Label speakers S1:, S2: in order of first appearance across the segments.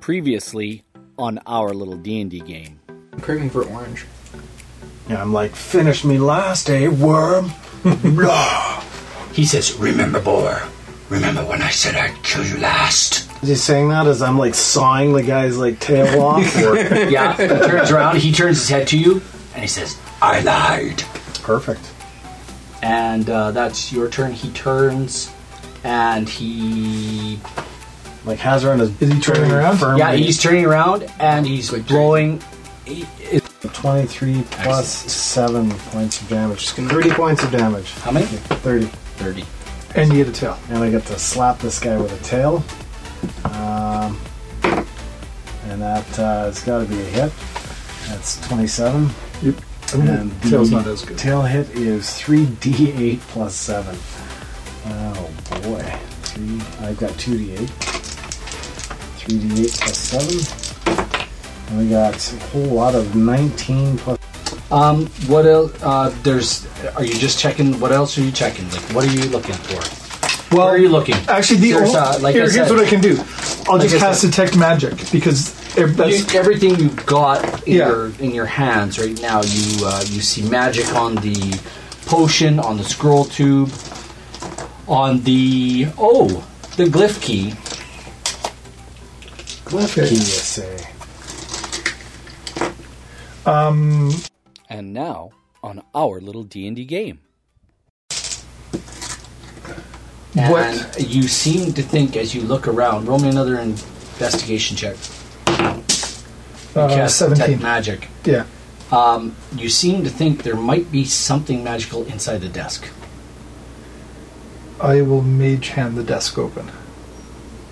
S1: previously on our little D&D game.
S2: I'm craving for orange.
S3: Yeah, I'm like, finish me last, eh, worm? Blah.
S4: He says, Remember, boy, remember when I said I'd kill you last?
S3: Is he saying that as I'm like sawing the guy's like tail off? or-
S4: Yeah, he turns around, he turns his head to you, and he says, I lied.
S3: Perfect.
S4: And uh, that's your turn. He turns, and he.
S3: Like has her on his.
S2: Is he turning around?
S3: Firmly.
S4: Yeah, he's turning around, and he's
S2: Quick turn.
S4: blowing. He, it,
S3: 23 plus seven points of damage. Thirty points of damage.
S4: how many?
S3: Thirty.
S4: 30.
S2: And you get a tail.
S3: And I get to slap this guy with a tail. Um, and that uh, has got to be a hit. That's 27.
S2: Yep.
S3: And the
S2: Tail's not as good.
S3: Tail hit is 3d8 plus 7. Oh boy. Three, I've got 2d8. 3d8 plus 7. And we got a whole lot of 19 plus.
S4: Um, what else? Uh, there's. Are you just checking? What else are you checking? Like, what are you looking for?
S2: Well,
S4: Where are you looking?
S2: Actually, the
S4: There's,
S2: ol-
S4: uh, like I
S2: here,
S4: said-
S2: here's what I can do. I'll
S4: Like
S2: just
S4: I
S2: cast
S4: said-
S2: detect magic because ev-
S4: You,
S2: that's
S4: everything you've got in,
S2: Yeah.
S4: your, in your hands right now, you uh, you see magic on the potion, on the scroll tube, on the oh, the glyph key.
S3: Key,
S2: okay.
S3: you say.
S1: And now on our little D&D game.
S4: And
S2: What?
S4: you seem to think as you look around. Roll me another investigation check. You
S2: Uh,
S4: cast detect
S2: Seventeen.
S4: magic.
S2: Yeah.
S4: Um, you seem to think there might be something magical inside the desk.
S2: I will mage hand the desk open.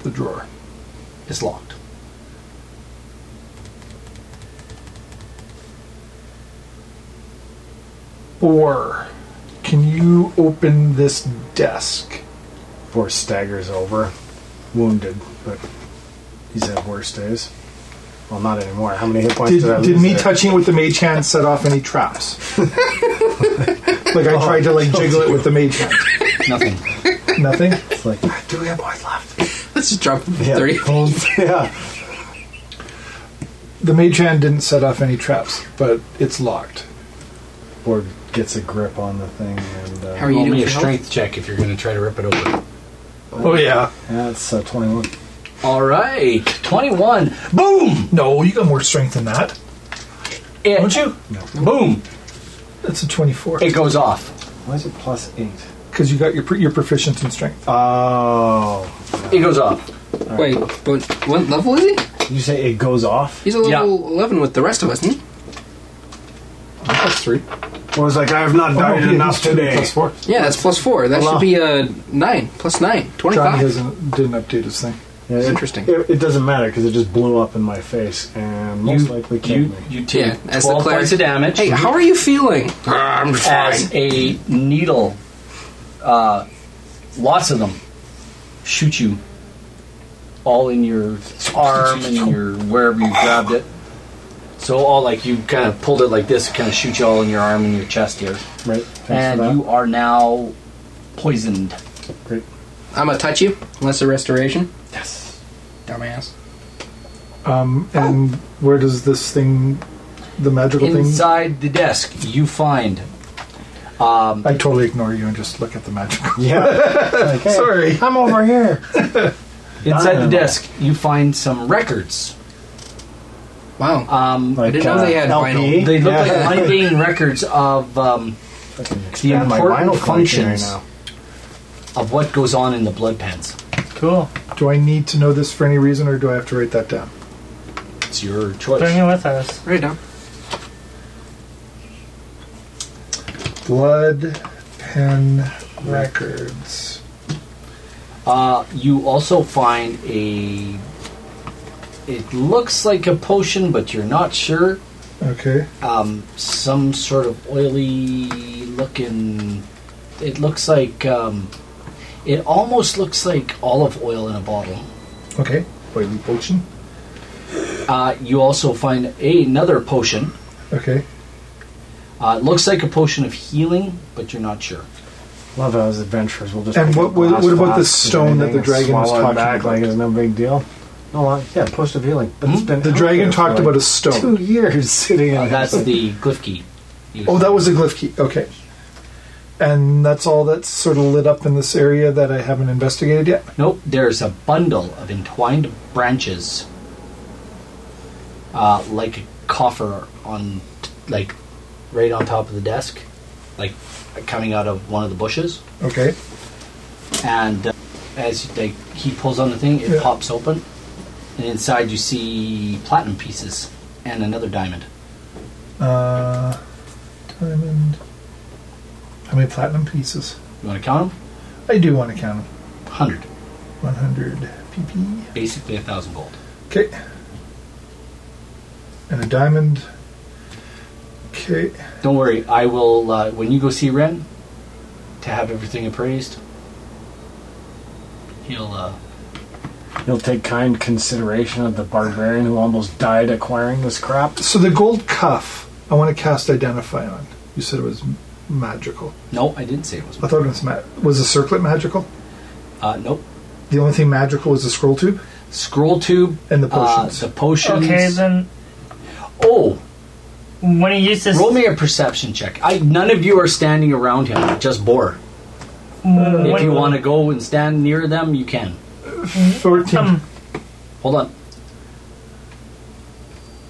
S2: The drawer.
S4: It's locked.
S2: Or can you open this desk?
S3: Poor staggers over, wounded, but he's had worse days. Well, not anymore. How many hit points
S2: Did,
S3: did, I
S2: did
S3: lose
S2: me
S3: there?
S2: touching it with the mage hand set off any traps? like I tried to like
S3: Oh,
S2: jiggle it with the mage hand.
S4: Nothing.
S2: Nothing.
S3: It's like,
S2: Do we have boys left?
S5: Let's just drop
S3: yeah,
S5: thirty.
S3: yeah.
S2: The mage hand didn't set off any traps, but it's locked.
S3: Or gets a grip on the thing, and uh,
S5: How are you
S4: Roll
S5: doing?
S4: me
S5: for
S4: a
S5: health?
S4: strength check if you're going to try to rip it open.
S2: Oh yeah.
S3: that's uh, 21.
S4: All right, twenty-one. Boom!
S2: No, you got more strength than that.
S4: It,
S2: Don't you?
S4: Boom!
S2: That's a twenty-four.
S4: It goes off.
S3: Why is it plus eight?
S2: Because you got your pr- your proficient in strength.
S3: Oh,
S4: It goes off.
S5: Wait, but what level is he?
S3: Did you say it goes off?
S5: He's a
S4: Yeah.
S5: level eleven with the rest of us, isn't he?
S2: Oh, Plus three.
S3: I was like, I have not
S2: Oh,
S3: died
S2: yeah,
S3: enough
S2: he's two
S3: today.
S2: Plus four.
S5: Yeah, that's plus four. That
S3: Hello.
S5: should be a nine. Plus nine.
S2: Johnny
S5: Twenty-five.
S2: hasn't didn't update his thing.
S3: Yeah, it-
S5: Interesting.
S3: It, it doesn't matter because it just blew up in my face and most likely killed
S4: you,
S3: me.
S4: you take
S5: Yeah, as the
S4: twelve
S5: cleric.
S4: points of damage
S5: Hey, how are you feeling? Ah, I'm
S4: as a needle. Uh, lots of them shoot you all in your arm and your wherever you grabbed it. So all like you kind of pulled it like this, kind of shoot you all in your arm and your chest here,
S3: Right? Thanks for that.
S4: and you are now poisoned.
S3: Great.
S5: I'm gonna touch you. Unless a restoration.
S3: Yes.
S5: Dumbass.
S2: Um, and where does this thing, the magical
S4: Inside the desk, you find
S2: thing? I totally ignore you and just look at the magical.
S3: Yeah. Like, hey,
S2: Sorry.
S3: I'm over here.
S4: Inside the
S3: Dynamite.
S4: desk, you find some records.
S5: Wow.
S4: Um,
S3: Like, uh,
S5: didn't know they had
S3: LP.
S5: vinyl.
S4: they look
S3: yeah.
S4: like mundane records of um,
S3: Fucking
S4: the
S3: expand my
S4: important
S3: vinyl collection
S4: functions
S3: Right now.
S4: of what goes on in the blood pens.
S6: Cool.
S2: Do I need to know this for any reason, or do I have to write that down?
S4: It's your choice.
S6: Bring it with us.
S5: right down.
S2: Blood pen records.
S4: Uh, you also find a. It looks like a potion, but you're not sure.
S2: Okay.
S4: Um, some sort of oily looking. It looks like. Um, it almost looks like olive oil in a bottle.
S2: Okay. Oily potion.
S4: Uh, you also find another potion.
S2: Okay.
S4: Uh, it looks like a potion of healing, but you're not sure.
S3: Love those adventures. We'll just
S2: And
S3: pick
S2: what-
S3: up
S2: what-
S3: glass
S2: what about the
S3: flasks and
S2: stone that the
S3: everything and
S2: dragon was
S3: swallow it
S2: talking
S3: back
S2: about?
S3: Like it's no big deal. No, uh, yeah, potion of healing. But it's been
S2: Hmm? The
S3: out
S2: dragon
S3: there for
S2: talked
S3: like
S2: about a stone.
S3: Two years sitting in
S4: Uh,
S3: it.
S4: that's
S3: It's like,
S4: the glyph key. You-
S2: Oh, that was a glyph key. Okay. And that's all that's sort of lit up in this area that I haven't investigated yet.
S4: Nope, there's a bundle of entwined branches, uh, like a coffer on, like, right on top of the desk, like coming out of one of the bushes.
S2: Okay.
S4: And uh, as like he pulls on the thing, it
S2: Yeah.
S4: pops open, and inside you see platinum pieces and another diamond.
S2: Uh, diamond. How many platinum pieces?
S4: You want to count them?
S2: I do want to count them.
S4: Hundred,
S2: 100 PP.
S4: basically a thousand gold.
S2: Okay. And a diamond. Okay.
S4: Don't worry, I will. Uh, when you go see Ren, to have everything appraised, he'll. Uh,
S3: You'll take kind consideration of the barbarian who almost died acquiring this crap.
S2: So the gold cuff, I want to cast Identify on. You said it was m- magical.
S4: no, I didn't say it was.
S2: I thought it was ma- was the circlet magical.
S4: Uh, nope.
S2: The only thing magical was the scroll tube
S4: Scroll tube.
S2: and the
S4: uh,
S2: potions.
S4: the potions.
S6: Okay, then
S4: Oh,
S6: when he used this,
S4: roll me a perception check. I, none of you are standing around him. Just bore.
S6: when,
S4: uh, If you want to go and stand near them, you can.
S2: Fourteen.
S6: um,
S4: Hold on.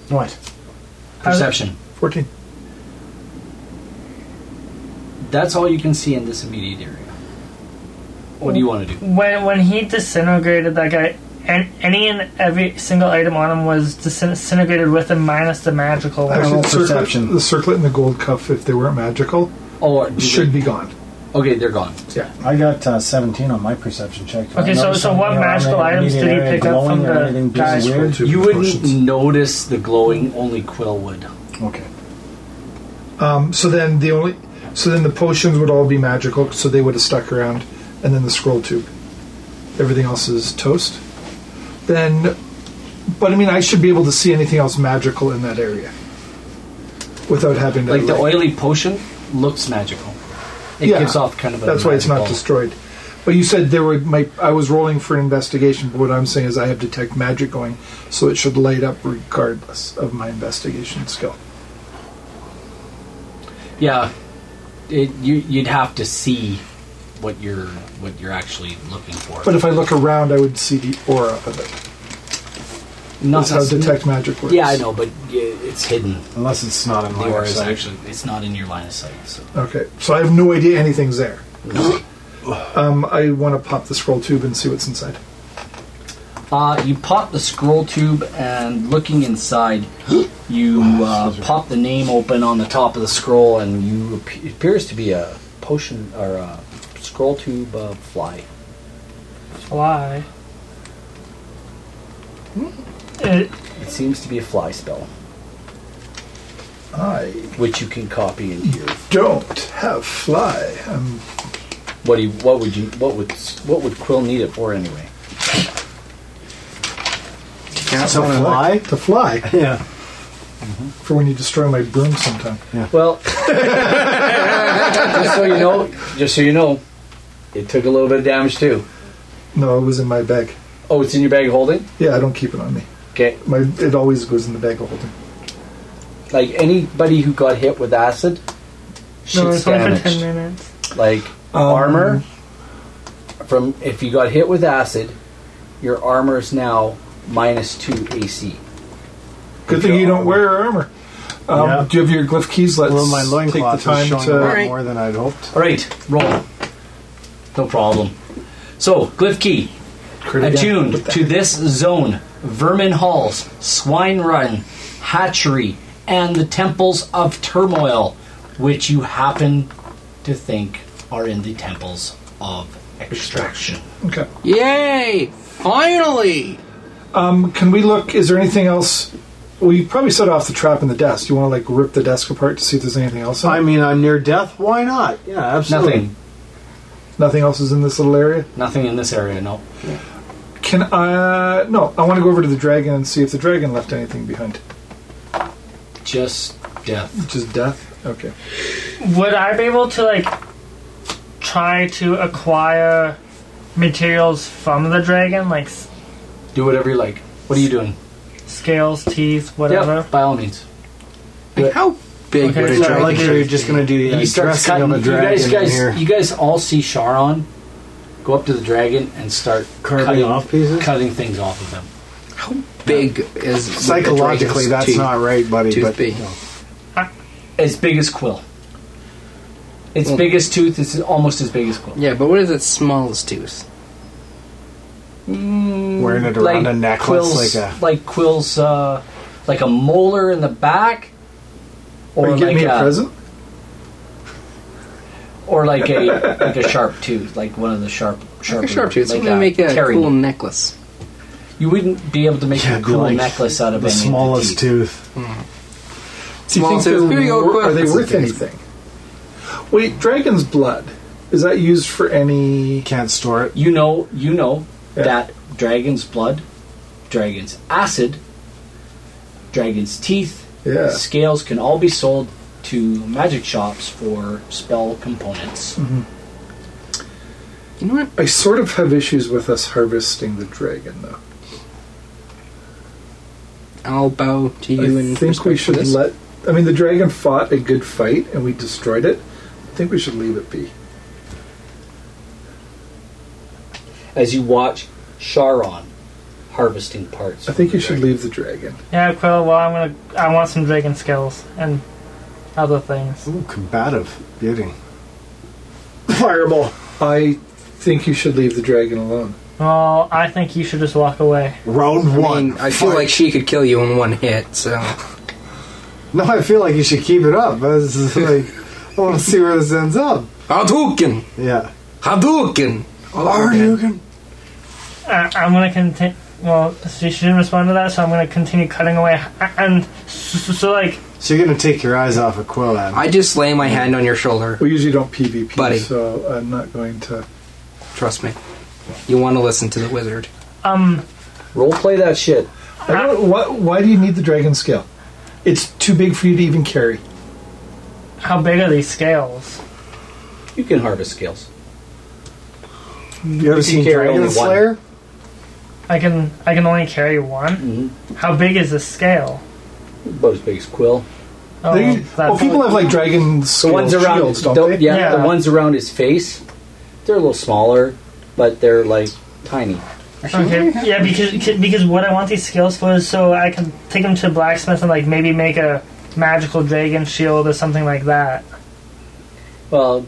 S3: What?
S4: Perception.
S2: Fourteen.
S4: That's all you can see in this immediate area. What do you want to do?
S6: when when he disintegrated that guy, and any and every single item on him was disintegrated with him minus the magical one.
S2: Actually,
S3: roll
S2: the circlet,
S3: perception.
S2: the circlet and the gold cuff, if they weren't magical,
S4: Oh, do
S2: should
S4: they-
S2: be gone.
S4: Okay, they're gone.
S2: Yeah.
S3: I got uh, 17 on my perception check. Did I
S6: Okay, so-
S3: notice
S6: so what
S3: anything around
S6: magical
S3: that
S6: items did he
S3: immediate area
S6: pick up
S3: glowing
S6: from
S3: or
S6: the
S3: anything being
S6: guy's
S2: Scroll
S3: weird?
S2: tube
S4: You
S2: and
S4: wouldn't
S2: potions.
S4: notice the glowing. Only Quill would.
S3: Okay.
S2: Um, so then the only, so then the potions would all be magical, so they would have stuck around, and then the scroll tube. Everything else is toast. Then, but I mean, I should be able to see anything else magical in that area without having to
S4: Like the
S2: like-
S4: oily potion looks magical. It
S2: Yeah.
S4: gives off kind of a.
S2: That's why it's not
S4: magical-
S2: destroyed. But you said there were my. I was rolling for an investigation, but what I'm saying is I have detect magic going, so it should light up regardless of my investigation skill.
S4: Yeah, it, you you'd have to see what you're what you're actually looking for.
S2: But if I look around, I would see the aura of it.
S4: not
S2: That's how detect magic works.
S4: Yeah, I know, but y- it's hidden.
S3: Unless it's not in
S4: The
S3: my
S4: aura is
S3: perception.
S4: actually it's not in your line of sight. So
S2: Okay, so I have no idea anything's there. um, I want to pop the scroll tube and see what's inside.
S4: uh, you pop the scroll tube, and looking inside, you uh, pop the name open on the top of the scroll, and you ap- it appears to be a potion or a scroll tube uh, fly.
S6: Why? It,
S4: It seems to be a fly spell,
S2: I
S4: which you can copy into your.
S2: don't have fly. Um,
S4: What do you, What would you? What would? What would Quill need it for anyway?
S3: It's a fly?
S2: to fly
S3: Yeah.
S2: for when you destroy my broom sometime.
S4: Well, just so you know, just so you know, it took a little bit of damage too.
S2: No, it was in my bag.
S4: Oh, it's in your bag of holding.
S2: Yeah, I don't keep it on me.
S4: Okay,
S2: My it always goes in the bag of holding.
S4: like anybody who got hit with acid,
S6: no,
S4: shit's
S6: it's only for ten
S4: damaged.
S6: minutes.
S4: Like
S2: Um,
S4: armor from if you got hit with acid, your armor is now minus two AC.
S2: Good thing you don't wear armor. Um,
S3: Yeah.
S2: Do you have your glyph keys? Let's
S3: Well, my
S2: take the
S3: loincloth is
S2: time
S3: showing a
S2: to.
S3: lot
S5: Alright.
S3: more than I'd hoped.
S4: All right, roll. No problem. So glyph key. attuned to this zone, vermin halls, swine run, hatchery, and the temples of turmoil, which you happen to think are in the temples of extraction.
S2: Okay.
S5: Yay! Finally!
S2: Um, can we look? Is there anything else? We probably set off the trap in the desk. You want to like rip the desk apart to see if there's anything else? in it?
S3: I mean, I'm near death. Why not? Yeah, absolutely.
S4: Nothing,
S2: Nothing else is in this little area.
S4: nothing in this area. No.
S2: Can I? No, I want to go over to the dragon and see if the dragon left anything behind.
S4: Just death.
S2: Just death. Okay.
S6: Would I be able to like try to acquire materials from the dragon? Like, s-
S4: Do whatever you like. What are you doing?
S6: Scales, teeth, whatever.
S4: by all means.
S3: But-
S5: Like, how big
S6: Okay,
S5: would a
S6: so
S3: I
S5: dragon
S3: like how you're just gonna do the
S4: he starts
S3: dressing
S4: cutting.
S3: of a
S4: You
S3: dragon
S4: guys,
S3: in
S4: guys,
S3: here,
S4: you guys all see Sharon go up to the dragon and start
S3: carving
S4: cutting,
S3: off pieces.
S4: cutting things off of them.
S5: How big is would a
S3: Psychologically,
S5: dragon's
S3: that's
S5: teeth?
S3: not right, buddy.
S5: tooth
S3: but
S5: be?
S3: no.
S4: As big as Quill. Its
S5: Mm.
S4: biggest tooth is almost as big as Quill.
S5: Yeah, but what is its smallest tooth?
S3: wearing it around a necklace,
S4: Quill's,
S3: like a
S4: like Quill's, uh, like a molar in the back,
S2: Are you
S4: like
S2: getting me a
S4: a-
S2: present?
S4: or like a like a sharp tooth, like one of the sharp sharp
S5: A sharp tooth. Something to make a cool necklace.
S4: You wouldn't be able to make
S3: Yeah,
S4: a
S3: be
S4: cool
S3: like
S4: necklace out of
S3: the
S4: any of
S3: smallest
S4: the teeth.
S3: tooth.
S2: Do you
S5: Small
S2: think they're
S5: tooth. Here you go,
S2: wor-
S5: Quill.
S2: are they
S5: That's
S2: worth
S5: okay.
S2: anything? Wait, dragon's blood is that used for any?
S3: You can't store it.
S4: You know, you know
S2: Yeah.
S4: that dragon's blood, dragon's acid, dragon's teeth,
S2: Yeah.
S4: scales can all be sold to magic shops for spell components.
S5: You know what?
S2: I sort of have issues with us harvesting the dragon, though.
S5: I'll bow to you
S2: I
S5: and
S2: think we should
S5: this.
S2: let. I mean, the dragon fought a good fight, and we destroyed it. I think we should leave it be. Mm-hmm.
S1: As you watch Sharon harvesting parts.
S2: I think you should leave the dragon.
S6: Yeah, Quill. Well, I'm gonna. I want some dragon scales and other things.
S3: Ooh, combative beauty. Fireball.
S2: I think you should leave the dragon alone.
S6: Well, I think you should just walk away.
S3: Round
S5: I
S3: one.
S5: mean, I feel
S3: Fight.
S5: like she could kill you in one hit, so.
S3: No, I feel like you should keep it up. This is like, I want to see where this ends up.
S5: Hadouken!
S3: Yeah.
S5: Hadouken!
S3: Arnugan.
S6: I, Uh, I'm gonna continue. Well, she she didn't respond to that, so I'm gonna continue cutting away. And so, so, so like,
S3: So you're gonna take your eyes off of Quill, Adam.
S5: I just lay my hand on your shoulder.
S2: We usually don't PvP,
S5: Buddy.
S2: so I'm not going to.
S5: Trust me. You want to listen to the wizard.
S6: um,
S4: Role play that shit.
S2: I don't, why, why do you need the dragon scale? It's too big for you to even carry.
S6: how big are these scales?
S1: You can harvest scales.
S3: You ever seen
S1: carry only
S3: Dragon
S1: one.
S3: Slayer?
S6: I can I can only carry one.
S1: Mhm.
S6: How big is the scale?
S1: About as big as Quill.
S6: Oh,
S2: They-
S6: that's-
S2: well, people have like dragon
S1: The
S2: scale
S1: ones around
S2: shields, don't
S1: the,
S2: they?
S1: Yeah,
S6: Yeah.
S1: the ones around his face. They're a little smaller, but they're like tiny.
S6: Okay. Yeah, because because what I want these skills for is so I can take them to the blacksmith and like maybe make a magical dragon shield or something like that.
S1: Well,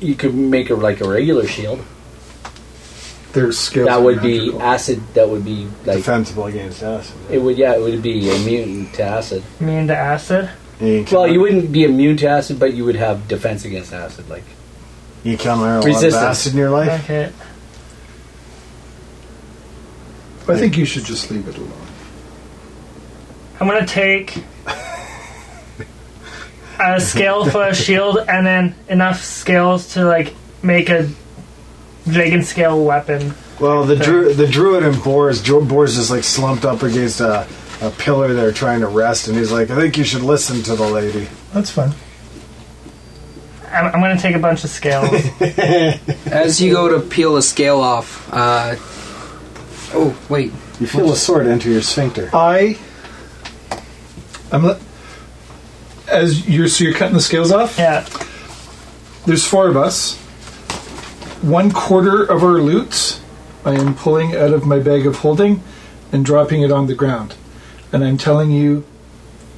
S1: you could make a like a regular shield.
S2: Their scales.
S1: that
S2: are
S1: would be
S2: magical.
S1: acid. That would be like
S3: Defensible against us.
S1: it would. Yeah, it would be immune to acid.
S6: Immune to acid.
S3: You
S1: Well, you wouldn't be immune to acid, but you would have defense against acid. Like
S3: You come around a lot of
S1: Resistance.
S3: acid in your life.
S6: Okay.
S2: I think you should just leave it alone.
S6: I'm gonna take a scale for a shield and then enough scales to like make a dragon scale weapon.
S3: Well, the dru- the druid and Boris, Dro- Boris is like slumped up against a, a pillar there trying to rest, and he's like, I think you should listen to the lady.
S2: That's fine.
S6: I'm, I'm gonna take a bunch of scales.
S5: As you go to peel a scale off, uh. Oh, wait.
S3: You feel a sword enter your sphincter.
S2: I. I'm. le- As you're so you're cutting the scales off.
S6: yeah.
S2: There's four of us. One quarter of our loot, I am pulling out of my bag of holding, and dropping it on the ground, and I'm telling you,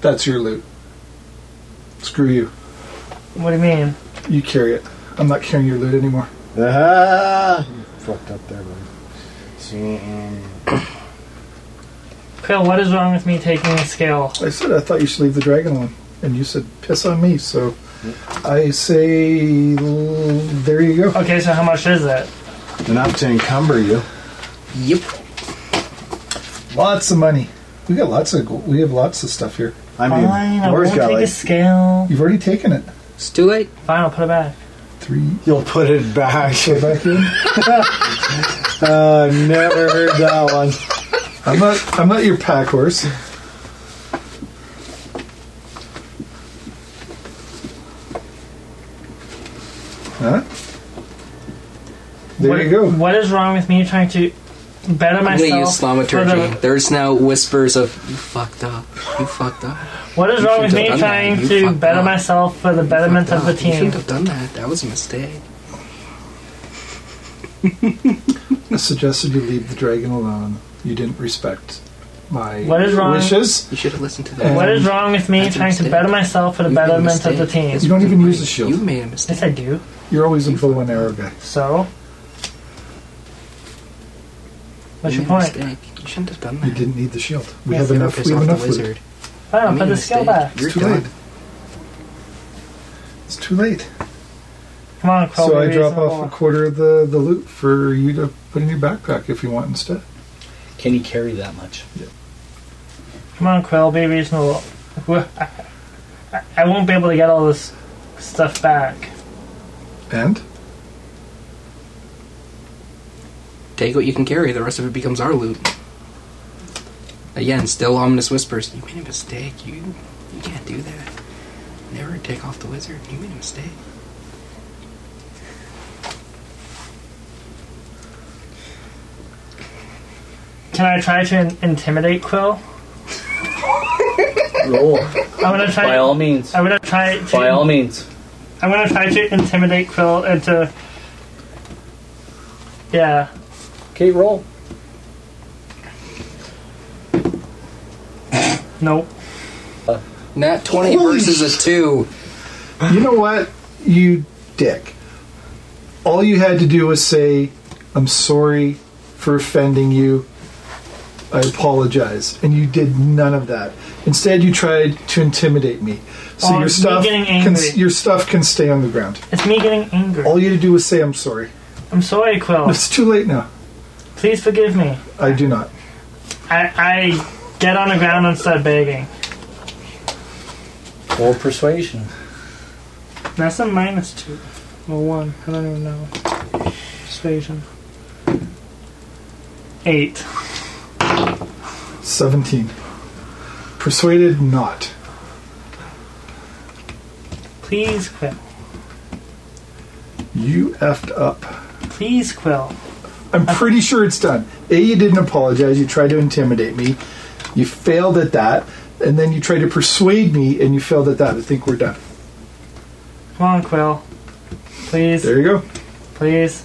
S2: that's your loot. Screw you.
S6: What do you mean?
S2: You carry it. I'm not carrying your loot anymore.
S3: Ah! Fucked up there, buddy. See, um,
S6: Quill, what is wrong with me taking a scale?
S2: I said I thought you should leave the dragon alone, and you said piss on me. So, I say, l- there you go.
S6: Okay, so how much is it?
S3: Enough to encumber you.
S5: Yep.
S2: Lots of money. We got lots of. go- We have lots of stuff here.
S3: I mean,
S6: Fine, I
S3: Boris
S6: won't
S3: got
S6: take a
S3: like,
S6: scale.
S2: You've already taken it.
S5: It's too late.
S6: Fine, I'll put it back.
S2: Three.
S3: you'll put it back.
S2: Go back in.
S3: Oh, I've never heard that one.
S2: I'm not. I'm not your pack horse. Huh? There
S6: what,
S2: you go.
S6: What is wrong with me trying to better
S5: I'm gonna use
S6: myself. for
S5: Thaumaturgy.
S6: the-
S5: There's now whispers of you fucked up. You fucked up.
S6: what is
S5: You
S6: wrong with
S5: should've
S6: me
S5: done that.
S6: trying
S5: You
S6: to
S5: fucked
S6: better
S5: up.
S6: myself for the betterment of the
S5: You shouldn't
S6: team?
S5: have done that. That was a mistake.
S2: I suggested you leave the dragon alone. You didn't respect my
S6: What is wrong?
S2: wishes.
S5: You should have listened to that.
S2: And-
S6: What is wrong with me
S5: That's a
S6: trying to
S5: mistake.
S6: better myself for the
S5: You made a
S6: betterment of the
S5: mistake.
S6: team?
S2: You don't even use the shield.
S5: You made a
S6: Yes,
S5: mistake.
S6: I do.
S2: You're always in full one arrow guy.
S6: So, what's
S5: you
S6: your
S5: made a
S6: point?
S5: Mistake. You shouldn't have done
S2: You
S5: that.
S2: didn't need the shield. We
S6: Yeah,
S2: have
S5: You're
S2: enough.
S5: pissed
S2: We have
S5: off
S2: enough.
S5: the
S2: with it.
S5: wizard. You
S6: Fine,
S5: made
S6: Oh, put
S5: a
S6: the skill
S5: mistake.
S6: back.
S5: You're
S2: It's too
S5: done.
S2: late. It's too late.
S6: Come on, Crow.
S2: so
S6: be
S2: I drop
S6: reasonable.
S2: off a quarter of the, the loot for you to put in your backpack if you want instead.
S1: Can he carry that much?
S6: Come on, Quill, be reasonable. I, I won't be able to get all this stuff back.
S2: And
S5: Take what you can carry. The rest of it becomes our loot. Again, still ominous whispers. You made a mistake. You you can't do that. Never take off the wizard. You made a mistake.
S6: Can I try to in- intimidate Quill?
S1: Roll.
S6: I'm gonna try.
S1: By all means.
S6: I'm gonna try. To,
S1: By all means.
S6: I'm gonna try to intimidate Quill into. Yeah.
S1: Okay, roll.
S6: Nope.
S5: Nat 20
S2: Holy
S5: versus a 2.
S2: you know what, you dick. All you had to do was say, "I'm sorry for offending you. I apologize," and you did none of that. Instead, you tried to intimidate me. So
S6: Oh,
S2: your
S6: it's me
S2: stuff
S6: getting
S2: can,
S6: angry.
S2: your stuff can stay on the ground.
S6: It's me getting angry.
S2: All you had to do was say, "I'm sorry."
S6: I'm sorry, Quill.
S2: It's too late now.
S6: Please forgive me.
S2: I do not.
S6: I, I get on the ground and start begging.
S1: Roll persuasion.
S6: That's a minus two. Or one. I don't even know. Persuasion. Eight.
S2: Seventeen. Persuaded not.
S6: Please, Quill.
S2: You effed up.
S6: Please, Quill.
S2: I'm pretty sure it's done. A, you didn't apologize. You tried to intimidate me. You failed at that. And then you tried to persuade me and you failed at that. I think we're done.
S6: Come on, Quill. Please.
S2: There you go.
S6: Please.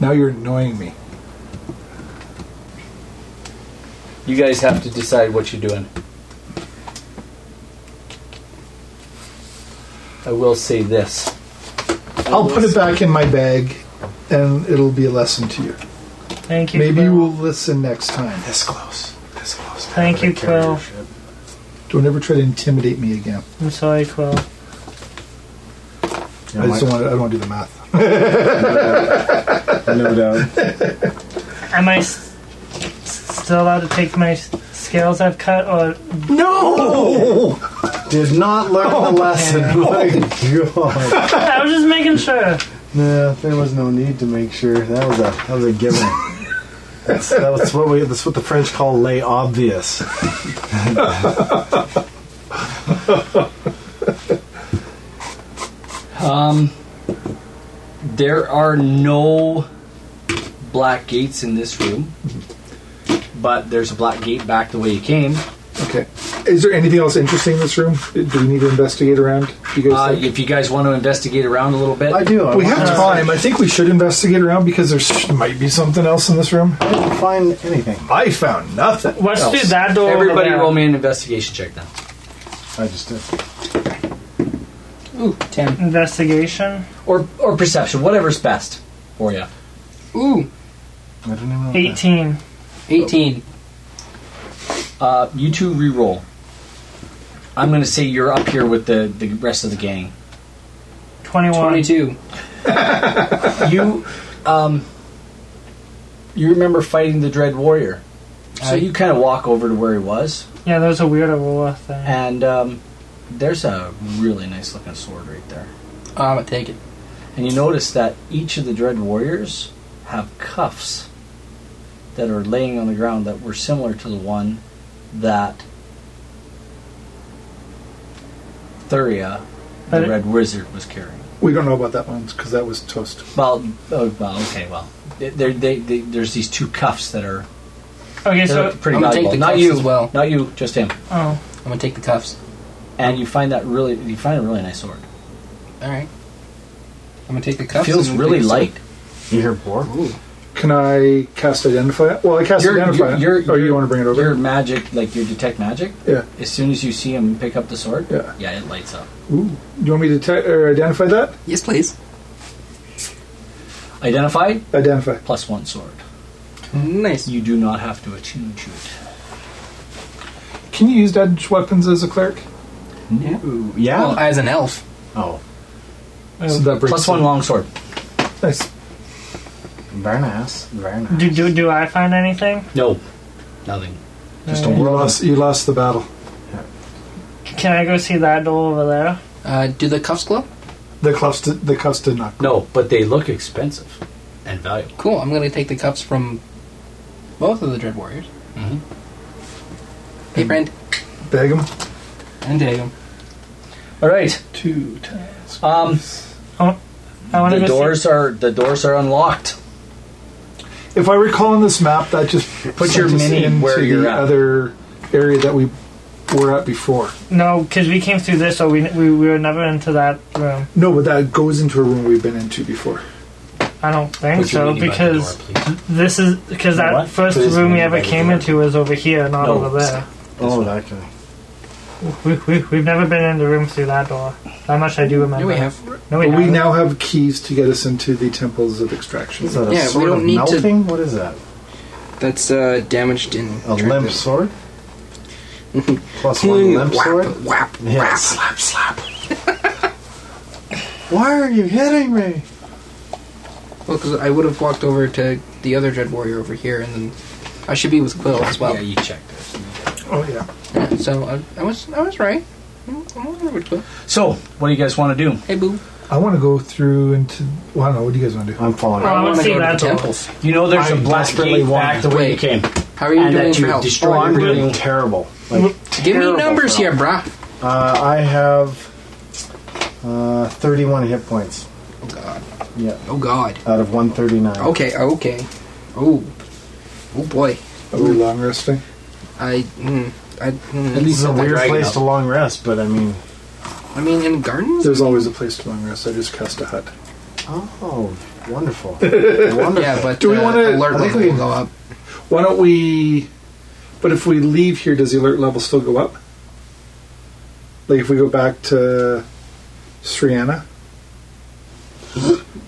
S2: Now you're annoying me.
S1: You guys have to decide what you're doing. I will say this.
S2: I'll put it back in my bag and it'll be a lesson to you.
S6: Thank you.
S2: Maybe
S6: Quill.
S2: we'll listen next time.
S3: This close. This close.
S6: Thank
S3: Gotta
S6: you,
S3: carry your
S6: Quill.
S3: shit.
S2: Don't ever try to intimidate me again.
S6: I'm sorry, Quill.
S3: Yeah,
S2: I just
S3: Mike,
S2: don't want to, I don't want to do the math.
S3: no doubt.
S6: Am I s- s- still allowed to take my s- scales I've cut, or
S2: No!
S3: Did not learn
S6: Oh,
S3: the lesson. My God.
S6: I was just making sure.
S3: Nah, there was no need to make sure. That was a that was a given. that's, that was what we. That's what the French call lay obvious.
S4: Um, there are no black gates in this room, but there's a black gate back the way you came.
S2: Okay. Is there anything else interesting in this room? Do we need to investigate around? You guys
S4: Uh,
S2: think?
S4: if you guys want to investigate around a little bit,
S3: I do. I
S2: We
S3: want
S2: have
S3: to
S2: time. I think we should investigate around because there might be something else in this room.
S3: I didn't find anything.
S2: I found nothing.
S6: Let's
S2: else.
S6: do that door. over
S4: everybody
S6: there.
S4: roll me an investigation check now.
S3: I just did.
S5: Ooh, 10.
S6: Investigation.
S4: Or, or perception, whatever's best for you.
S5: Ooh,
S3: I don't even. know.
S6: Eighteen.
S5: 18.
S6: Oh.
S4: Uh, you two re-roll. I'm going to say you're up here with the, the rest of the gang.
S6: Twenty-one.
S5: 22.
S4: you um you remember fighting the dread warrior so you kind of walk over to where he was
S6: Yeah, there's a weird Aurora thing.
S4: and um there's a really nice looking sword right there
S5: Oh, I'm gonna take it.
S4: and you notice that each of the dread warriors have cuffs that are laying on the ground that were similar to the one that thuria
S6: But
S4: the
S6: it-
S4: Red Wizard was carrying.
S2: We don't know about that one because that was toast.
S4: Well, oh, well, okay, well, there, they, they, there's these two cuffs that are
S6: Okay,
S4: they're
S6: so
S4: pretty
S5: I'm gonna
S4: valuable.
S5: take the
S4: not
S5: cuffs
S4: you,
S5: as well.
S4: not you, just him.
S6: oh,
S5: I'm gonna take the cuffs.
S4: And you find that really, you find a really nice sword.
S5: All right. I'm gonna take the cuffs.
S4: Feels
S5: and we'll
S4: really
S5: take the
S4: light.
S3: You hear Bork?
S5: sword. Ooh.
S2: Can I cast identify? it? Well, I cast
S4: Your-
S2: identify.
S4: your-
S2: it.
S4: your-
S2: or Oh, you
S4: your-
S2: want to bring it
S4: Your
S2: over?
S4: magic, like your detect magic,
S2: Yeah.
S4: as soon as you see him pick up the sword,
S2: Yeah.
S4: yeah it lights up.
S2: Ooh. You want me to te- or identify that?
S5: Yes, please.
S4: Identify
S2: Identify.
S4: plus one sword.
S6: Hmm.
S5: Nice.
S4: You do not have to attune to it.
S2: Can you use edge weapons as a cleric?
S3: Ooh, yeah?
S5: Well, as an elf.
S3: oh,
S2: So that breaks
S4: Plus one
S2: it.
S4: long sword.
S2: Nice.
S3: very nice. Very nice.
S6: do, do do I find anything?
S1: No, nothing.
S2: Just you lost. You lost the battle.
S6: Can I go see that door over there?
S5: Uh, do the cuffs glow?
S2: The cuffs. Did, the cuffs did not.
S1: No, but they look expensive and valuable.
S5: Cool. I'm gonna take the cuffs from both of the dread warriors.
S1: Mhm.
S5: Hey, friend,
S2: Bag them.
S5: Mm-hmm. and take them.
S4: All right.
S2: Two times.
S4: Um,
S6: I want to
S4: the
S6: go
S4: doors are the doors are unlocked.
S2: If I recall on this map, that just
S4: Put your
S2: sent us
S4: mini
S2: into
S4: where
S2: the
S4: you're at.
S2: other area that we were at before.
S6: see. No, because we came through this, so we, we we were never into that room.
S2: No, but that goes into a room we've been into before.
S6: I don't think
S1: Put your
S6: so
S1: meaning by the
S6: because
S1: door, please.
S6: this is because that
S3: What?
S6: first
S1: Put his
S6: room we
S1: meaning by
S6: ever
S1: the
S6: came
S1: door.
S6: into was over here, not
S4: No.
S6: over there.
S3: Oh, that guy.
S6: We, we, we've never been in the room through that door. That much I do
S5: Here
S6: remember.
S5: Mm, we have.
S6: No, we,
S2: But we
S6: haven't.
S2: now have keys to get us into the temples of extraction.
S3: Is that a
S5: Yeah, we
S3: sword
S5: don't
S3: of
S5: need to-
S3: melting? What is that?
S5: That's uh, damaged in.
S3: A limp sword? Plus one limp sword?
S5: Whap, whap,
S3: Yeah, slap, slap. Why are you hitting me?
S5: Well, because I would have walked over to the other dread warrior over here, and then I should be with Quill as well.
S4: yeah, you checked it.
S2: Oh yeah.
S5: Yeah, so I, I was, I was right. I'm I'm over with Quill.
S4: So, what do you guys want to do?
S5: Hey, boo.
S2: I want to go through into. Well, I don't know. What do you guys want to do?
S3: I'm following.
S6: I wanna
S5: wanna
S6: see
S5: go
S6: that
S5: to the
S6: door.
S5: temples.
S4: You know, there's
S2: I
S4: a black
S2: desperately
S4: gate
S2: want-
S4: back the way you
S5: Wait.
S4: came,
S5: How are you
S4: and
S5: doing
S4: that
S5: for Oh,
S4: you
S5: health?
S4: destroyed.
S3: doing
S4: really-
S3: terrible. Like,
S5: Give me
S3: terrible
S5: numbers
S3: for
S5: here, brah.
S3: health. Uh, I have uh, 31 hit points.
S5: Oh god.
S3: Yeah,
S5: Oh god.
S3: out of 139.
S5: Okay. Okay. Oh. Oh boy.
S2: Are we long resting?
S5: I. Mm, I. Mm,
S4: At
S3: This
S4: least
S3: is a
S4: it's
S3: weird
S4: dragon
S3: place
S4: up.
S3: to long rest, but I mean,
S5: I mean, in gardens.
S2: There's always a place to long rest. I just cast a hut.
S3: oh, wonderful, wonderful.
S5: Yeah, but
S2: Do we
S5: uh,
S2: wanna-
S5: alert
S3: I think
S5: level
S3: we-
S5: will go up?
S2: Why don't we? But if we leave here, does the alert level still go up? Like if we go back to Sriana,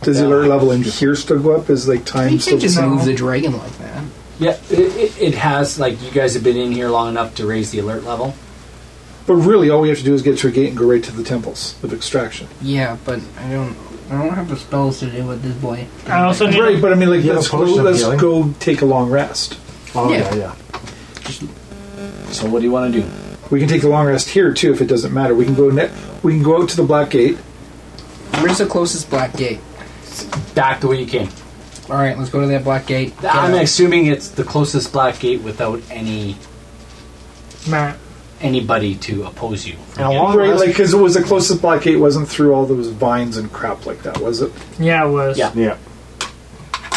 S2: does the alert level in here still go up? Is like time
S5: You
S2: still?
S5: can't just
S6: no.
S5: move the dragon like that.
S4: Yeah, it, it, it has. Like you guys have been in here long enough to raise the alert level.
S2: but really, all we have to do is get to a gate and go right to the temples of extraction.
S5: Yeah, but I don't. I don't have the spells to do with this boy.
S6: I also need.
S2: Right, but I mean, like
S3: You have
S2: let's
S3: a
S2: go,
S3: potion of
S2: let's
S3: healing?
S2: go take a long rest.
S3: oh
S5: Yeah.
S3: yeah, yeah.
S4: So, what do you want to do?
S2: We can take the long rest here too if it doesn't matter. We can go ne- We can go out to the black gate.
S5: Where's the closest black gate?
S4: Back the way you came.
S5: All right, let's go to that black gate. Get
S4: I'm
S5: out.
S4: assuming it's the closest black gate without any
S6: Matt.
S4: anybody to oppose you.
S3: And a long
S2: Right,
S3: rest.
S2: like because it was the closest black gate wasn't through all those vines and crap like that, was it?
S6: Yeah, it was.
S4: Yeah.
S3: yeah,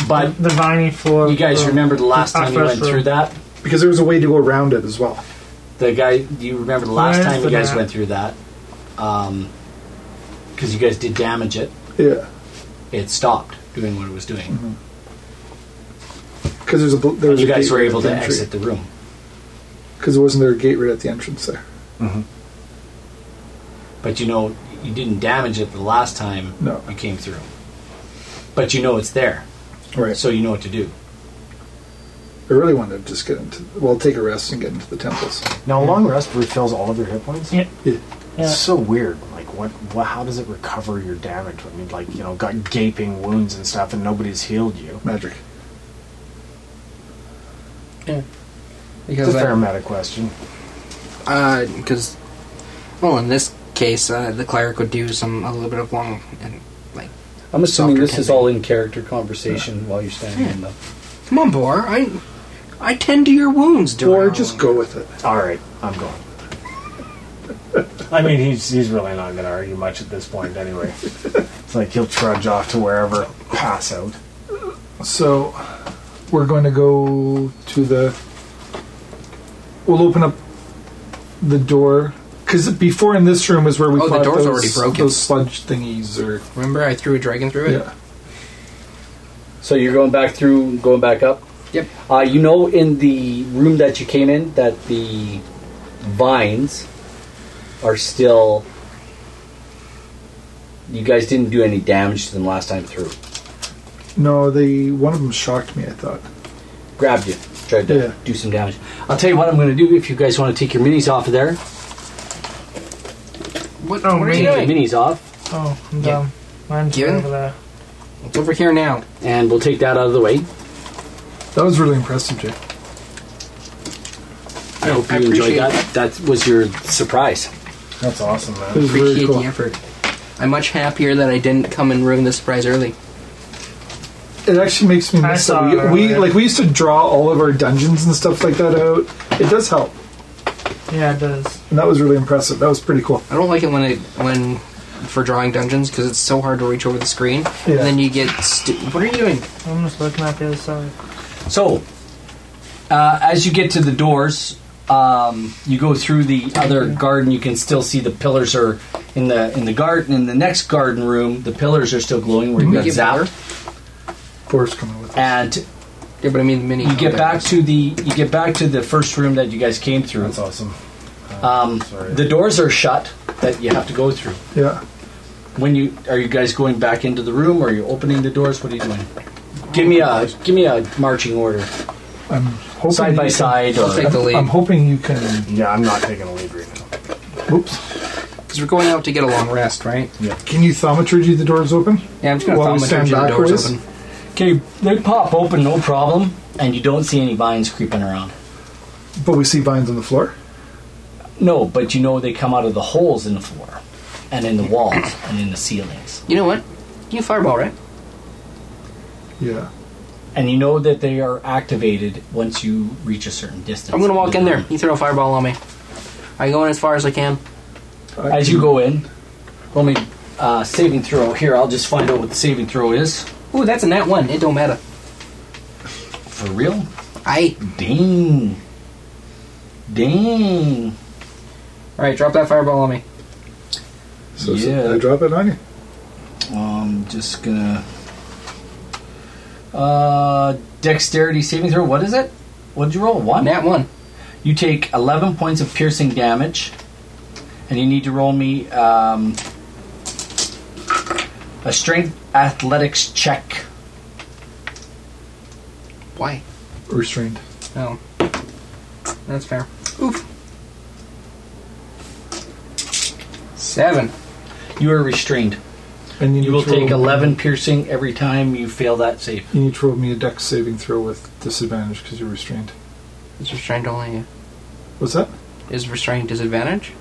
S4: But
S6: The viney floor.
S4: you guys
S6: room.
S4: remember the last
S6: Our
S4: time you
S6: first
S4: went through
S6: room.
S4: that?
S2: Because there was a way to go around it as well.
S4: The guy. Do you remember the last
S6: Where's
S4: time you
S6: the
S4: guys
S6: map?
S4: went through that? Um, because you guys did damage it.
S2: Yeah,
S4: It stopped doing what it was doing.
S2: because there's a bl- there was
S4: you
S2: a
S4: guys
S2: gate
S4: were
S2: right
S4: able
S2: at the
S4: to
S2: entry.
S4: exit the room.
S2: Because wasn't there a gate right at the entrance there?
S4: But you know, you didn't damage it the last time
S2: No.
S4: you came through. But you know it's there,
S2: Right.
S4: so you know what to do.
S2: I really wanted to just get into well, take a rest and get into the temples.
S3: Now a long rest refills all of your hit points.
S6: Yeah. Yeah.
S3: It's so weird. Like what, what? How does it recover your damage? I mean, like you know, got gaping wounds and stuff, and nobody's healed you.
S2: Magic.
S3: It's a
S5: because
S3: fair
S5: I,
S3: meta question.
S5: uh, because well, in this case, uh, the cleric would do some a little bit of long and like.
S1: I'm assuming
S5: Softer
S1: this is
S5: temping.
S1: all in character conversation while you're standing in the.
S5: Come on, Bor. I I tend to your wounds, during
S2: Or
S5: our
S2: just
S5: long-
S2: go with it.
S3: All right, I'm going. I mean, he's he's really not going to argue much at this point anyway. It's like he'll trudge off to wherever, pass out.
S2: So we're going to go to the. We'll open up the door because before in this room is where we
S5: Oh, the
S2: fought
S5: door's
S2: those,
S5: already broken.
S2: those sludge thingies or
S5: Remember, I threw a dragon through it.
S2: yeah.
S1: So you're going back through, going back up.
S5: Yep.
S1: Uh, you know, in the room that you came in, that the vines are still. You guys didn't do any damage to them last time through.
S2: No, they one of them shocked me. I thought.
S1: Grabbed you, tried to
S2: Yeah.
S1: do some damage. I'll tell you what I'm going to do if you guys want to take your minis off of there.
S5: What,
S6: Oh,
S5: what are
S6: really?
S5: you
S1: Take
S5: doing?
S1: your minis off,
S6: Oh, I'm
S5: Yeah.
S6: dumb. Mine's
S5: Given?
S6: over there.
S5: It's over here now.
S1: and we'll take that out of the way.
S2: That was really impressive, Jay.
S1: I hope
S5: I
S1: you enjoyed
S5: appreciate
S1: that. That was your surprise.
S3: That's awesome,
S2: It
S3: man.
S2: was very
S5: Appreciate
S2: cool.
S5: the effort. I'm much happier that I didn't come and ruin the surprise early.
S2: It actually makes me
S6: I
S2: miss
S6: saw it
S2: that. We, we
S6: earlier.
S2: like we used to draw all of our dungeons and stuff like that out. It does help,
S6: Yeah, it does.
S2: and that was really impressive. That was pretty cool.
S5: I don't like it when it when for drawing dungeons because it's so hard to reach over the screen,
S2: Yeah.
S5: and then you get. Stu- what are you doing?
S6: I'm just looking at the other side.
S4: So, uh, as you get to the doors, um, you go through the other garden. You can still see the pillars are in the in the garden. In the next garden room, the pillars are still glowing. Where you got
S5: Give
S4: Zapper,
S2: Forest coming with.
S4: and
S5: Yeah, but I mean the mini.
S4: you get back to the you get back to the first room that you guys came through.
S3: That's awesome. Uh,
S4: Um,
S3: Sorry.
S4: the doors are shut that you have to go through.
S2: Yeah,
S4: When you are you guys going back into the room? Or are you opening the doors? What are you doing? Give me a give me a marching order,
S2: I'm hoping
S4: side by
S2: you can-
S4: side.
S5: I'll take
S4: Or,
S5: the lead
S2: I'm hoping you can.
S3: Yeah, I'm not taking a lead right now.
S2: Whoops.
S5: because we're going out to get a long rest, right?
S2: Can you thaumaturgy the doors open?
S5: Yeah, I'm just gonna
S2: While we
S5: thumb
S2: stand
S5: the doors
S2: backwards?
S5: open.
S4: okay, they pop open, no problem, and you don't see any vines creeping around.
S2: But we see vines on the floor.
S4: No, but you know they come out of the holes in the floor, and in the walls, and in the ceilings.
S5: You know what? You fireball, right?
S2: Yeah.
S4: And you know that they are activated once you reach a certain distance.
S5: I'm gonna walk in there. You throw a fireball on me. I go in as far as I can.
S2: I
S4: As
S2: can-
S4: you go in, let me uh, saving throw here. I'll just find out what the saving throw is.
S5: Ooh, that's a nat one. It don't matter.
S4: For real?
S5: I.
S4: Dang. Dang.
S5: All right, drop that fireball on me.
S2: So, so
S4: Yeah.
S2: I drop it on you.
S4: Um, just gonna. Uh, dexterity saving throw. What is it? What'd you roll? One.
S5: Nat one.
S4: You take 11 points of piercing damage, and you need to roll me um, a strength athletics check.
S5: Why?
S2: Restrained.
S5: Oh, that's fair. Oof. Seven.
S4: You are restrained.
S2: And
S4: You
S2: you, need
S4: will
S2: to roll-
S4: take 11 piercing every time you fail that save.
S2: You need to roll me a dex saving throw with disadvantage because you're restrained.
S5: Is restrained only?
S2: What's that?
S5: Is restrained disadvantage?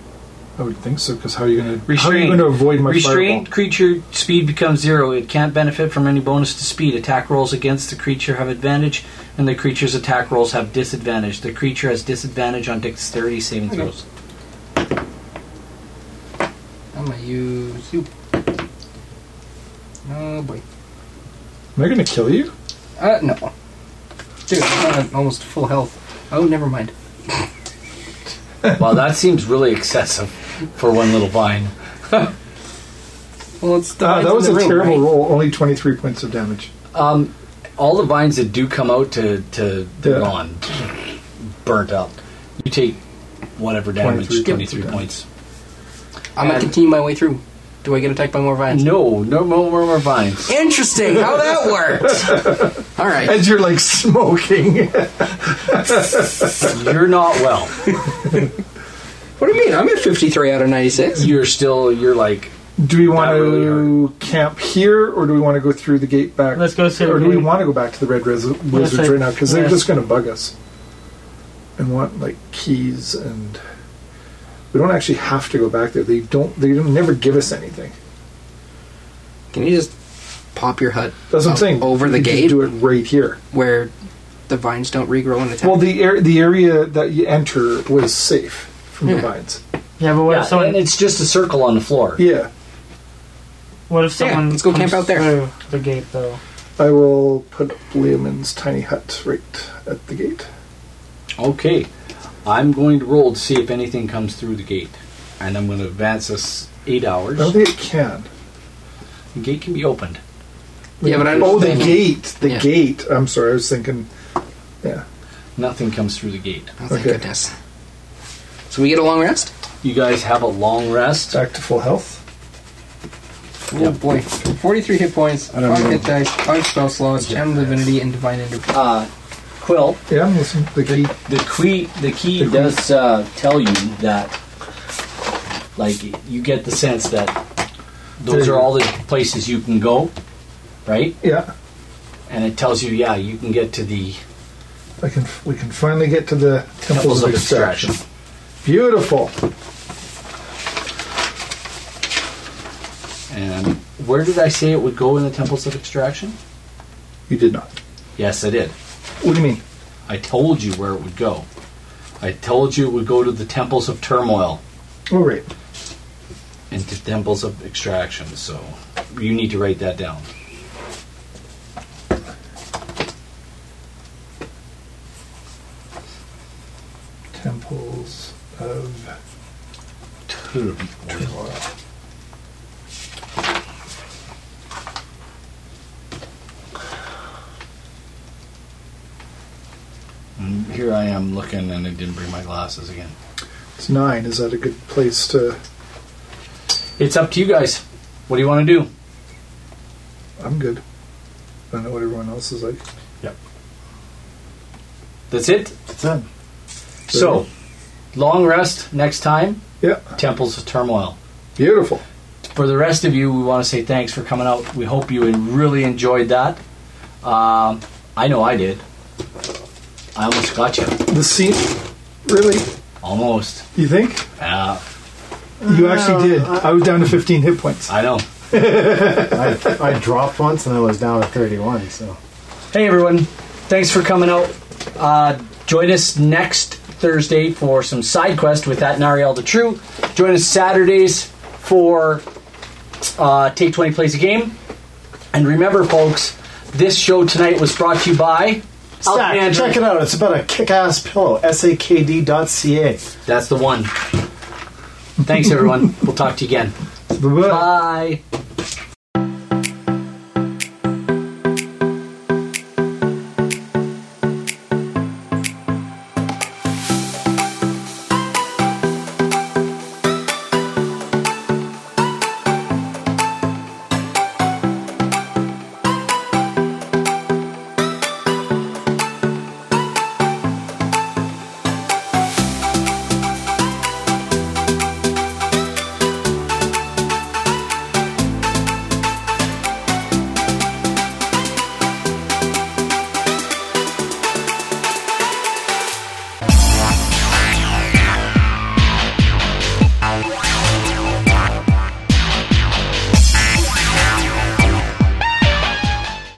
S2: I would think so. Because how are you going to? How are
S4: Restrained.
S2: you going to avoid my
S4: Restrained
S2: fireball?
S4: creature speed becomes zero. It can't benefit from any bonus to speed. Attack rolls against the creature have advantage, and the creature's attack rolls have disadvantage. The creature has disadvantage on dexterity saving throws.
S5: I'm gonna use you. Oh boy.
S2: Am I going to kill you?
S5: Uh, no. Dude, I'm at almost full health. Oh, never mind.
S4: Wow, that seems really excessive for one little vine.
S5: Well, it's the
S2: Ah,
S5: lights
S2: that
S5: in
S2: was
S5: the
S2: a
S5: room,
S2: terrible
S5: right?
S2: roll. Only twenty-three points of damage.
S4: Um, all the vines that do come out to to they're
S2: Yeah.
S4: gone, burnt up. You take whatever damage,
S2: 23
S4: twenty-three,
S2: points of
S4: points.
S5: I'm gonna
S4: And-
S5: continue my way through. Do I get attacked by more vines?
S4: No, no more, more, more vines.
S5: Interesting. How that worked. All right.
S2: As you're like smoking.
S4: You're not well.
S5: What do you mean? I'm at 53 out of 96.
S4: You're still. You're like.
S2: do we want
S4: That really
S2: to camp here, or do we want to go through the gate back?
S6: Let's go through
S2: Or
S6: the
S2: do we
S6: gate.
S2: want to go back to the red res- wizards
S6: take-
S2: right now? Because they're
S6: yes.
S2: just going to bug us and want like keys and. We don't actually have to go back there. They don't. They don't never give us anything.
S5: Can you just pop your hut
S2: That's what I'm
S5: Oh,
S2: saying.
S5: over
S2: We
S5: the
S2: could
S5: gate?
S2: Do it right here.
S5: where the vines don't regrow and attack?
S2: Well, the air, the area that you enter was safe from
S5: Yeah.
S2: the vines.
S6: Yeah, but what
S4: yeah,
S6: if someone?
S4: and it's just a circle on the floor.
S2: Yeah,
S6: What if
S5: Yeah,
S6: someone?
S5: let's go camp
S6: comes
S5: out there.
S6: through The gate, though.
S2: I will put up Liamon's tiny hut right at the gate.
S4: Okay, I'm going to roll to see if anything comes through the gate, and I'm going to advance us eight
S2: I don't
S4: hours.
S2: think it Oh, can.
S4: The gate can be opened.
S5: Yeah, but I
S2: oh,
S5: don't
S2: the
S5: think-
S2: gate, the
S5: Yeah.
S2: gate. I'm sorry, I was thinking. Yeah,
S4: Nothing comes through the gate.
S5: Oh, thank
S2: Okay.
S5: goodness. So we get a long rest?
S4: You guys have a long rest.
S2: back to full health.
S5: Oh boy. 43 hit points, 5 hit dice, 5 spell slots, Gem Divinity, and Divine Intervention.
S7: Uh, Quill,
S2: Yeah, I'm listening. The key.
S7: the key the key
S2: The key.
S7: does uh, tell you that like you get the sense that
S4: Those are all the places you can go, right?
S2: Yeah,
S4: And it tells you, yeah, you can get to the
S2: I can. We can finally get to the temples,
S4: temples
S2: of
S4: of
S2: extraction.
S4: extraction.
S2: Beautiful.
S4: And where did I say it would go in the temples of extraction?
S2: You did not.
S4: Yes, I did.
S2: What do you mean?
S4: I told you where it would go. I told you it would go to the temples of turmoil
S2: Oh, right.
S4: and to temples of extraction. So you need to write that down.
S2: Temples of
S4: Turmoil. And Here I am looking, and I didn't bring my glasses again.
S2: it's nine. Is that a good place to?
S4: It's up to you guys. What do you want to do?
S2: I'm good. I don't know what everyone else is like.
S4: That's it.
S3: That's it.
S4: So, long rest next time.
S2: Yeah,
S4: Temples of Turmoil.
S2: beautiful.
S4: for the rest of you, we want to say thanks for coming out. We hope you really enjoyed that. Um, I know I did. I almost got you.
S2: The scene, really?
S4: Almost.
S2: You think?
S4: Uh,
S2: You actually did. I was down to 15 hit points.
S4: I know.
S3: I, I dropped once and I was down to 31, so.
S4: Hey, everyone. Thanks for coming out. Uh, join us next Thursday for some side quest with that Nariel the True. Join us Saturdays for uh, Take 20 Plays a Game. And remember, folks, this show tonight was brought to you by.
S3: Stack,
S4: Alexander.
S3: check it out. It's about a kick ass pillow. SAKD.ca.
S4: That's the one. Thanks, everyone. we'll talk to you again.
S2: Bye-bye.
S4: Bye.